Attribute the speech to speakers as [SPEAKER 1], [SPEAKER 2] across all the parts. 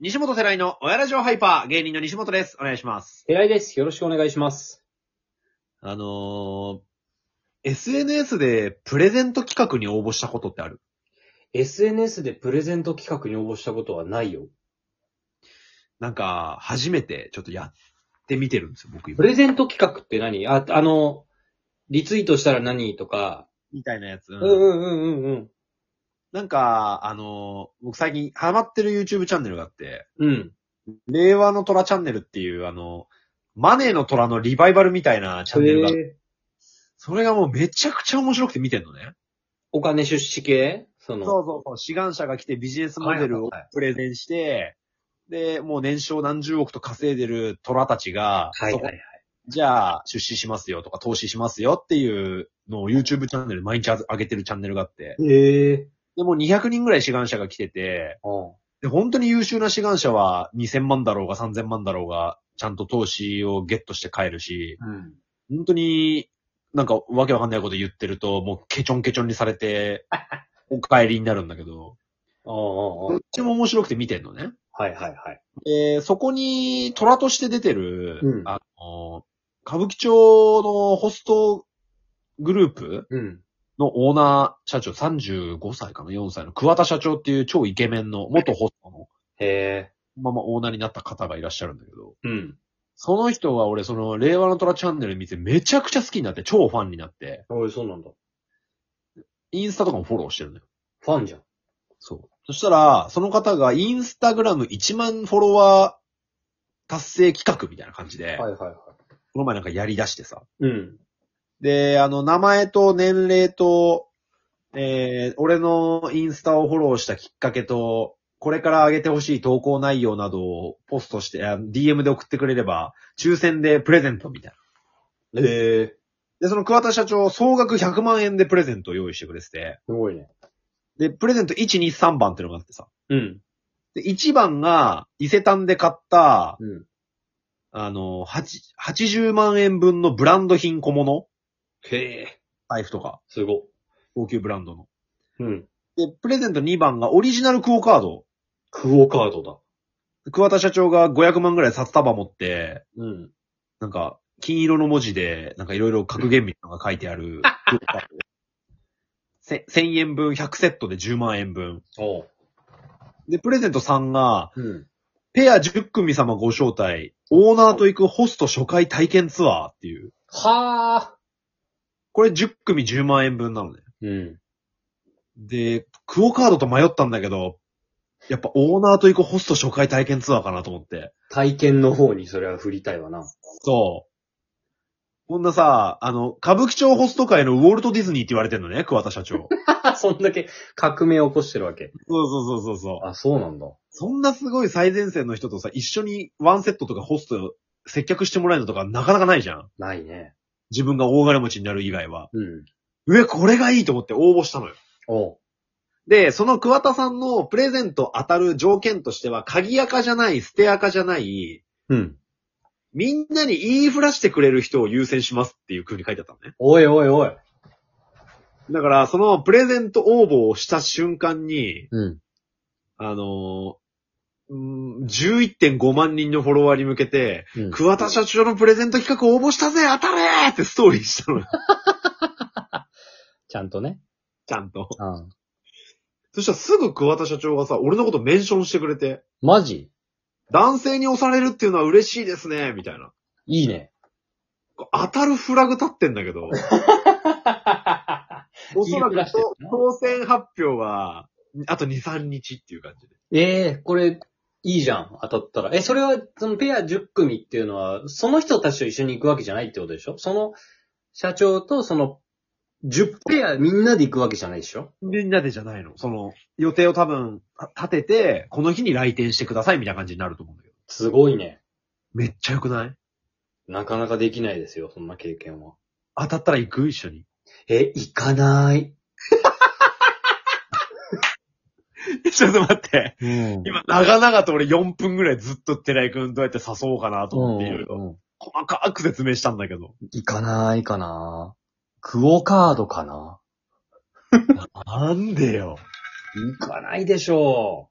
[SPEAKER 1] 西本世代の親ラジオハイパー、芸人の西本です。お願いします。
[SPEAKER 2] 平井です。よろしくお願いします。
[SPEAKER 1] あのー、SNS でプレゼント企画に応募したことってある
[SPEAKER 2] SNS でプレゼント企画に応募したことはないよ。
[SPEAKER 1] なんか、初めてちょっとやってみてるんですよ、僕今
[SPEAKER 2] プ。レゼント企画って何あ、あの、リツイートしたら何とか。
[SPEAKER 1] みたいなやつ。うん
[SPEAKER 2] うんうんうんうん。
[SPEAKER 1] なんか、あのー、僕最近ハマってる YouTube チャンネルがあって、
[SPEAKER 2] うん。
[SPEAKER 1] 令和の虎チャンネルっていう、あの、マネーの虎のリバイバルみたいなチャンネルがあって、
[SPEAKER 2] へー
[SPEAKER 1] それがもうめちゃくちゃ面白くて見てんのね。
[SPEAKER 2] お金出資系その。
[SPEAKER 1] そうそうそう。志願者が来てビジネスモデルを
[SPEAKER 2] はいはいはい
[SPEAKER 1] プレゼンして、で、もう年商何十億と稼いでる虎たちが、
[SPEAKER 2] はい
[SPEAKER 1] そこ
[SPEAKER 2] はいはい。
[SPEAKER 1] じゃあ出資しますよとか投資しますよっていうのを YouTube チャンネルで毎日あ上げてるチャンネルがあって、
[SPEAKER 2] へえ。
[SPEAKER 1] で、もう200人ぐらい志願者が来てて、
[SPEAKER 2] うん。
[SPEAKER 1] で、本当に優秀な志願者は2000万だろうが3000万だろうが、ちゃんと投資をゲットして帰るし、
[SPEAKER 2] うん。
[SPEAKER 1] 本当になんかわけわかんないこと言ってると、もうケチョンケチョンにされ て、お帰りになるんだけど、
[SPEAKER 2] おうおうお
[SPEAKER 1] どっ
[SPEAKER 2] う
[SPEAKER 1] ちも面白くて見てんのね。
[SPEAKER 2] はいはいはい。
[SPEAKER 1] えーそこに、虎として出てる、
[SPEAKER 2] うん
[SPEAKER 1] あの、歌舞伎町のホストグループ
[SPEAKER 2] うん。
[SPEAKER 1] のオーナー社長、35歳かな、4歳の桑田社長っていう超イケメンの、元ホストの、
[SPEAKER 2] へえ。
[SPEAKER 1] まあまあオーナーになった方がいらっしゃるんだけど、
[SPEAKER 2] うん。
[SPEAKER 1] その人は俺、その、令和の虎チャンネル見てめちゃくちゃ好きになって、超ファンになって、
[SPEAKER 2] おい、そうなんだ。
[SPEAKER 1] インスタとかもフォローしてるのよ。
[SPEAKER 2] ファンじゃん。
[SPEAKER 1] そう。そしたら、その方がインスタグラム1万フォロワー達成企画みたいな感じで、
[SPEAKER 2] はいはいはい。
[SPEAKER 1] この前なんかやり出してさ。
[SPEAKER 2] うん。
[SPEAKER 1] で、あの、名前と年齢と、えー、俺のインスタをフォローしたきっかけと、これから上げてほしい投稿内容などをポストして、あ DM で送ってくれれば、抽選でプレゼントみたいな。
[SPEAKER 2] へえ。
[SPEAKER 1] で、その桑田社長、総額100万円でプレゼントを用意してくれてて、
[SPEAKER 2] すごいね。
[SPEAKER 1] で、プレゼント1、2、3番っていうのがあってさ。
[SPEAKER 2] うん。
[SPEAKER 1] で、1番が、伊勢丹で買った、
[SPEAKER 2] うん。
[SPEAKER 1] あの、8 80万円分のブランド品小物
[SPEAKER 2] へえ。
[SPEAKER 1] 財布とか、
[SPEAKER 2] すご。
[SPEAKER 1] 高級ブランドの。
[SPEAKER 2] うん。
[SPEAKER 1] で、プレゼント2番がオリジナルクオカード。
[SPEAKER 2] クオカードだ。
[SPEAKER 1] 桑田社長が500万ぐらい札束持って、
[SPEAKER 2] うん。
[SPEAKER 1] なんか、金色の文字で、なんかいろいろ格言みたいなのが書いてあるクオカード。せ1000円分、100セットで10万円分。
[SPEAKER 2] おう。
[SPEAKER 1] で、プレゼント3が、
[SPEAKER 2] うん。
[SPEAKER 1] ペア10組様ご招待、オーナーと行くホスト初回体験ツアーっていう。
[SPEAKER 2] はあ。
[SPEAKER 1] これ10組10万円分なのね。
[SPEAKER 2] うん。
[SPEAKER 1] で、クオカードと迷ったんだけど、やっぱオーナーと行くホスト初回体験ツアーかなと思って。
[SPEAKER 2] 体験の方にそれは振りたいわな。
[SPEAKER 1] そう。こんなさ、あの、歌舞伎町ホスト界のウォルト・ディズニーって言われてんのね、桑田社長。そう
[SPEAKER 2] そんだけ革命を起こしてるわけ。
[SPEAKER 1] そうそうそうそう。
[SPEAKER 2] あ、そうなんだ。
[SPEAKER 1] そんなすごい最前線の人とさ、一緒にワンセットとかホスト接客してもらえるのとかなかなかないじゃん。
[SPEAKER 2] ないね。
[SPEAKER 1] 自分が大金持ちになる以外は。
[SPEAKER 2] うん。
[SPEAKER 1] うえ、これがいいと思って応募したのよ。
[SPEAKER 2] おう。
[SPEAKER 1] で、その桑田さんのプレゼント当たる条件としては、鍵垢じゃない、捨て垢じゃない、
[SPEAKER 2] うん。
[SPEAKER 1] みんなに言いふらしてくれる人を優先しますっていう風に書いてあったのね。
[SPEAKER 2] おいおいおい。
[SPEAKER 1] だから、そのプレゼント応募をした瞬間に、
[SPEAKER 2] うん。
[SPEAKER 1] あのー、うーん11.5万人のフォロワーに向けて、
[SPEAKER 2] うん、
[SPEAKER 1] 桑田社長のプレゼント企画応募したぜ当たれーってストーリーした のよ。
[SPEAKER 2] ちゃんとね。
[SPEAKER 1] ちゃんと。
[SPEAKER 2] うん。
[SPEAKER 1] そしたらすぐ桑田社長がさ、俺のことメンションしてくれて、
[SPEAKER 2] マジ
[SPEAKER 1] 男性に押されるっていうのは嬉しいですね、みたいな。
[SPEAKER 2] いいね。
[SPEAKER 1] 当たるフラグ立ってんだけ ど、おそら
[SPEAKER 2] 言いふら
[SPEAKER 1] く
[SPEAKER 2] して
[SPEAKER 1] と
[SPEAKER 2] るな
[SPEAKER 1] 当選発表は、あと2、3日っていう感じで。
[SPEAKER 2] ええこれ、いいじゃん。当たったら。え、それは、そのペア10組っていうのは、その人たちと一緒に行くわけじゃないってことでしょその、社長とその、10ペアみんなで行くわけじゃないでしょ
[SPEAKER 1] みんなでじゃないの。その、予定を多分、た立てて、この日に来店してくださいみたいな感じになると思うんだけど。
[SPEAKER 2] すごいね。
[SPEAKER 1] めっちゃ良くない
[SPEAKER 2] なかなかできないですよ、そんな経験は。
[SPEAKER 1] 当たったら行く一緒に。
[SPEAKER 2] え、行かない。
[SPEAKER 1] ちょっと待って。
[SPEAKER 2] うん。
[SPEAKER 1] 今、長々と俺4分ぐらいずっと寺井くんどうやって誘おうかなと思っていろいろ。
[SPEAKER 2] 行
[SPEAKER 1] 細かく説明したんだけど。
[SPEAKER 2] かないかな。クオカードかな。
[SPEAKER 1] なんでよ。
[SPEAKER 2] 行かないでしょ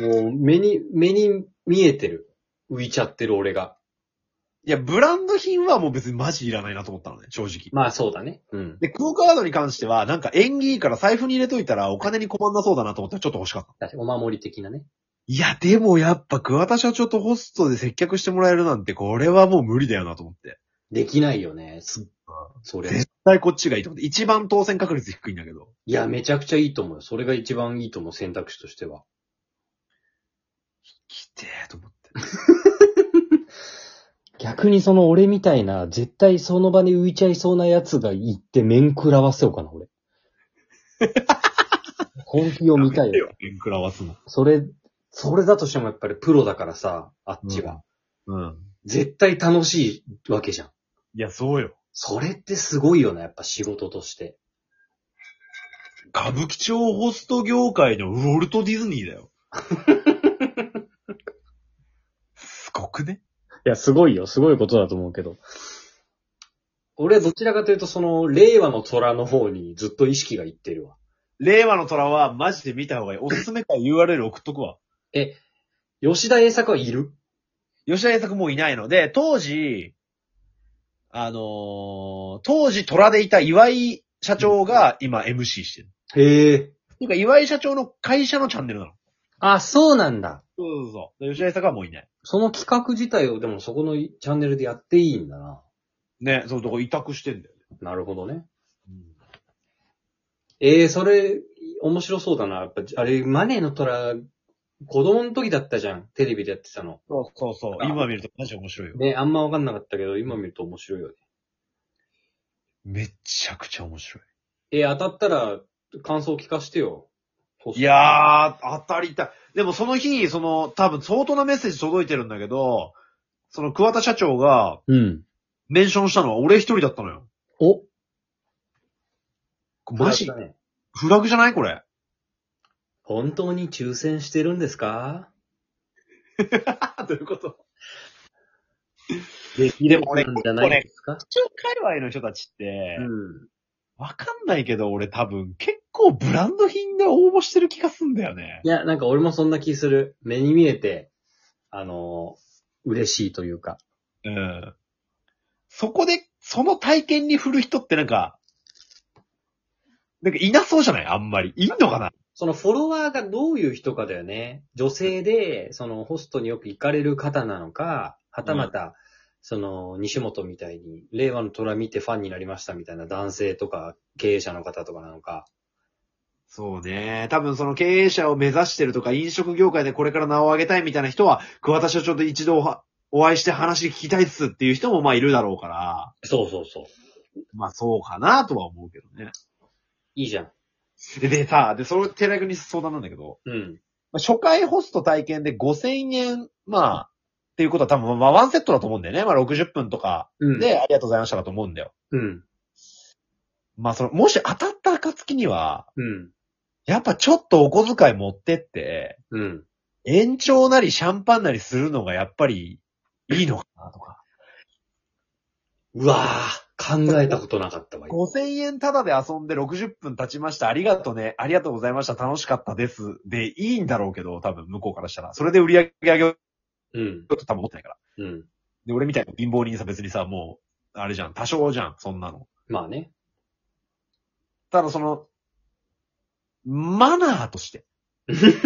[SPEAKER 2] もう目に、目に見えてる。浮いちゃってる俺が。
[SPEAKER 1] いや、ブランド品はもう別にマジいらないなと思ったのね、正直。
[SPEAKER 2] まあそうだね。うん。
[SPEAKER 1] で、クオカードに関しては、なんか縁起いいから財布に入れといたらお金に困んなそうだなと思ったらちょっと欲しかった。
[SPEAKER 2] だしお守り的なね。
[SPEAKER 1] いや、でもやっぱ桑田社長とホストで接客してもらえるなんて、これはもう無理だよなと思って。
[SPEAKER 2] できないよね。すそれ。
[SPEAKER 1] 絶対こっちがいいと思って。一番当選確率低いんだけど。
[SPEAKER 2] いや、めちゃくちゃいいと思うよ。それが一番いいと思う、選択肢としては。
[SPEAKER 1] 来てーと思って。
[SPEAKER 2] 逆にその俺みたいな、絶対その場に浮いちゃいそうなやつが行って面食らわせようか な、俺。本気を見たいよ。。
[SPEAKER 1] 食らわすの。
[SPEAKER 2] それ、それだとしてもやっぱりプロだからさ、あっちは。
[SPEAKER 1] うん。
[SPEAKER 2] 絶対楽しいわけじゃん。
[SPEAKER 1] いや、そうよ。
[SPEAKER 2] それってすごいよね、やっぱ仕事として。
[SPEAKER 1] 歌舞伎町ホスト業界のウォルト・ディズニーだよ。すごくね
[SPEAKER 3] いや、すごいよ。すごいことだと思うけど。
[SPEAKER 2] 俺どちらかというとその、令和の虎の方にずっと意識がいってるわ。
[SPEAKER 1] 令和の虎はマジで見た方がいい。おすすめから URL 送っとくわ。
[SPEAKER 2] 吉田栄作はいる
[SPEAKER 1] 吉田栄作もういないので、当時、あのー当時虎でいた岩井社長が今 MC してる。
[SPEAKER 2] へえ。
[SPEAKER 1] ていうか岩井社長の会社のチャンネルなの。
[SPEAKER 2] あ、そうなんだ。
[SPEAKER 1] そうそうそう。で吉田栄作はもういない。
[SPEAKER 2] その企画自体をでもそこのチャンネルでやっていいんだな。
[SPEAKER 1] ね、そうとこ委託してんだよね。
[SPEAKER 2] なるほどね。ええそれ、面白そうだな。やっぱ、あれ、マネーの虎、子供の時だったじゃん。テレビでやってたの。
[SPEAKER 1] そうそうそう。今見るとマジ面白いよ。
[SPEAKER 2] ね、あんまわかんなかったけど、今見ると面白いよね。
[SPEAKER 1] めっちゃくちゃ面白い。
[SPEAKER 2] えー当たったら、感想聞かしてよ。
[SPEAKER 1] いやー、当たりたい。でもその日、その、多分相当なメッセージ届いてるんだけど、その桑田社長が
[SPEAKER 3] うん。
[SPEAKER 1] メンションしたのは俺一人だったのよ。
[SPEAKER 3] お
[SPEAKER 1] マジ
[SPEAKER 2] だね。
[SPEAKER 1] フラグじゃないこれ。
[SPEAKER 2] 本当に抽選してるんですか
[SPEAKER 1] どういうこと
[SPEAKER 2] でき
[SPEAKER 1] でも俺
[SPEAKER 2] んじゃないですか
[SPEAKER 1] 中界隈の人たちって
[SPEAKER 2] う、
[SPEAKER 1] わかんないけど俺多分結構ブランド品で応募してる気がすんだよね
[SPEAKER 2] ん。い。や、なんか俺もそんな気する。目に見えて、あのー嬉しいというか。
[SPEAKER 1] うん。そこで、その体験に振る人ってなんか、なんかいなそうじゃないあんまり。いんのかな
[SPEAKER 2] そのフォロワーがどういう人かだよね。女性で、そのホストによく行かれる方なのか、はたまた、その、西本みたいに、令和の虎見てファンになりましたみたいな男性とか、経営者の方とかなのか。
[SPEAKER 1] そうね。多分その経営者を目指してるとか、飲食業界でこれから名を上げたいみたいな人は、桑田社長と一度おはお会いして話聞きたいっすっていう人もまあいるだろうから、
[SPEAKER 2] そうそうそう。
[SPEAKER 1] まあそうかなとは思うけどね。
[SPEAKER 2] いいじゃん。
[SPEAKER 1] ででさ、で、その寺君に相談なんだけど、
[SPEAKER 2] うん。
[SPEAKER 1] まあ初回ホスト体験で5000円、まあ、っていうことは多分まあワンセットだと思うんだよね。まあ60分とか
[SPEAKER 2] うん。
[SPEAKER 1] でありがとうございましただと思うんだよ。
[SPEAKER 2] うん。
[SPEAKER 1] まあその、もし当たった暁には、
[SPEAKER 2] うん。
[SPEAKER 1] やっぱちょっとお小遣い持ってって、
[SPEAKER 2] うん。
[SPEAKER 1] 延長なりシャンパンなりするのがやっぱりいいのかなとか。
[SPEAKER 2] うわぁ、考えたことなかったわ。
[SPEAKER 1] 5000円タダで遊んで60分経ちました。ありがとね。ありがとうございました。楽しかったです。で、いいんだろうけど、多分向こうからしたら。それで売り上げ上げよう
[SPEAKER 2] うん。
[SPEAKER 1] と多分思ってないから。
[SPEAKER 2] うん。
[SPEAKER 1] で、俺みたいな貧乏人さ別にさ、もう、あれじゃん。多少じゃん。そんなの。
[SPEAKER 2] まあね。
[SPEAKER 1] ただその、マナーと して。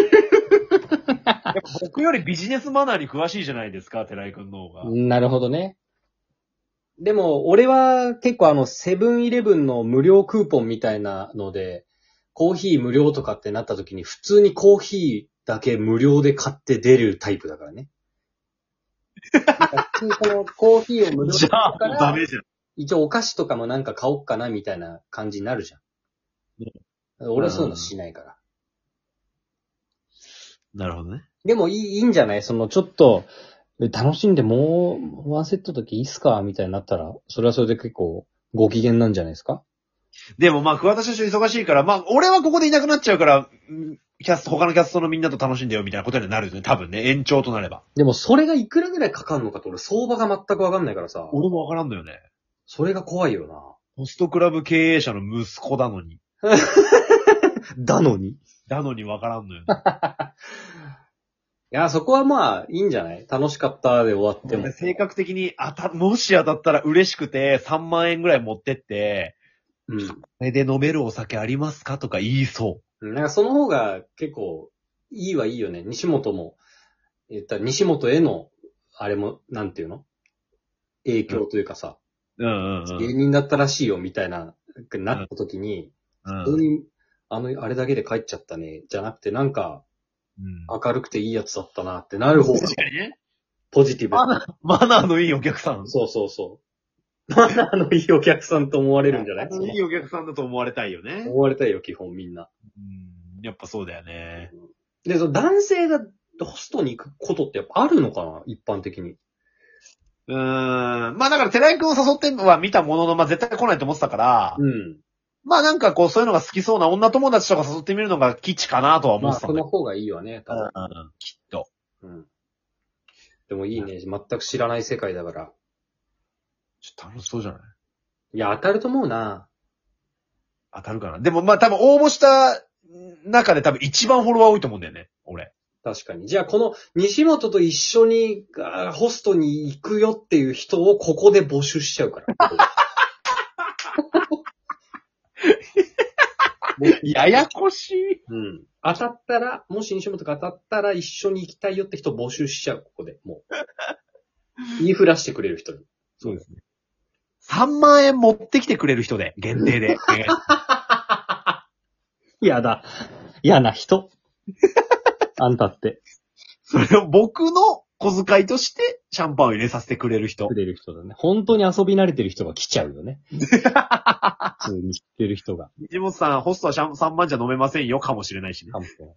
[SPEAKER 1] やっぱ僕よりビジネスマナーに詳しいじゃないですか、寺井くんの方が。
[SPEAKER 3] なるほどね。
[SPEAKER 2] でも、俺は結構あの、セブンイレブンの無料クーポンみたいなので、コーヒー無料とかってなった時に、普通にコーヒーだけ無料で買って出るタイプだからね。 普通にこのコーヒーを無料で買うか
[SPEAKER 1] もうダ
[SPEAKER 2] ら、
[SPEAKER 1] メじゃん。
[SPEAKER 2] 一応お菓子とかもなんか買おっかなみたいな感じになるじゃん。俺はそういうのしないから。
[SPEAKER 1] なるほどね。
[SPEAKER 2] でもいい、いいんじゃないその、
[SPEAKER 3] ちょっと、楽しんでもう、ワンセット時いいっすかみたいになったら、それはそれで結構、ご機嫌なんじゃないですか
[SPEAKER 1] でもまあ、桑田社長忙しいから、まあ、俺はここでいなくなっちゃうから、うんキャスト、他のキャストのみんなと楽しんでよみたいなことになるよね。多分ね、延長となれば。
[SPEAKER 2] でもそれがいくらぐらいかかるのかって俺相場が全くわかんないからさ、
[SPEAKER 1] 俺もわからんのよね。
[SPEAKER 2] それが怖いよな。
[SPEAKER 1] ホストクラブ経営者の息子なのに。
[SPEAKER 3] だのに。
[SPEAKER 1] なのにわからんのよね。
[SPEAKER 2] や、そこはまあ、いいんじゃない楽しかった で終わっても。
[SPEAKER 1] 性格的に、あた、もし当たったら嬉しくて、3万円ぐらい持ってって、
[SPEAKER 2] う
[SPEAKER 1] これで飲めるお酒ありますかとか言いそ
[SPEAKER 2] ん。なんかその方が結構、いいはいいよね。西本も、言ったら西本への、あれも、なんていうの影響というかさ、
[SPEAKER 1] う。うんうんうん。
[SPEAKER 2] 芸人だったらしいよみたいな、なった時に、
[SPEAKER 1] う
[SPEAKER 2] 本当
[SPEAKER 1] ん
[SPEAKER 2] に、あの、あれだけで帰っちゃったね、じゃなくてなんか、
[SPEAKER 1] うん
[SPEAKER 2] 明るくていいやつだったなってなる 方が
[SPEAKER 1] 確かにね。
[SPEAKER 2] ポジティブ。
[SPEAKER 1] あマナーのいいお客さん。
[SPEAKER 2] そうそうそう。マナーのいいお客さんと思われるんじゃな
[SPEAKER 1] マ
[SPEAKER 2] い
[SPEAKER 1] ナーのいいお客さんだと思われたいよね。
[SPEAKER 2] 思われたいよ、基本みんな。
[SPEAKER 1] うんやっぱそうだよね。
[SPEAKER 2] で、その男性がホストに行くことってやっぱあるのかな一般的に。
[SPEAKER 1] うーん。まあだから、寺井くんを誘ってんのは見たものの、まあ絶対来ないと思ってたから、
[SPEAKER 2] うん。
[SPEAKER 1] まあなんかこう、そういうのが好きそうな女友達とか誘ってみるのが基地かなとは思
[SPEAKER 2] ま
[SPEAKER 1] っ
[SPEAKER 2] あ、
[SPEAKER 1] てた
[SPEAKER 2] そ
[SPEAKER 1] んだ
[SPEAKER 2] の
[SPEAKER 1] け
[SPEAKER 2] 方がいいわね、多
[SPEAKER 1] ど。うん
[SPEAKER 2] 分。
[SPEAKER 1] うんきっと。
[SPEAKER 2] うん。でもいいね。全く知らない世界だから。
[SPEAKER 1] ちょっと楽しそうじゃない
[SPEAKER 2] いや、当たると思うな。
[SPEAKER 1] 当たるかな。でもまあ多分応募した中で多分一番フォロワー多いと思うんだよね。俺。
[SPEAKER 2] 確かに。じゃあ、この西本と一緒にあーホストに行くよっていう人をここで募集しちゃうから。
[SPEAKER 1] ややこしい。
[SPEAKER 2] うん。当たったら、もし西本が当たったら一緒に行きたいよって人募集しちゃう、ここで。 もう。言いふらしてくれる人に。
[SPEAKER 1] そうですね。3万円持ってきてくれる人で、限定 で。
[SPEAKER 3] 嫌だ。嫌な人。あんたって、
[SPEAKER 1] それを僕の小遣いとしてシャンパンを入れさせてくれる人
[SPEAKER 3] く。れる人だね。本当に遊び慣れてる人が来ちゃうよ ね。普通に知ってる人が。
[SPEAKER 1] 西本さん、ホストはシャン3万じゃ飲めませんよかもしれないしね。
[SPEAKER 3] かもしれない。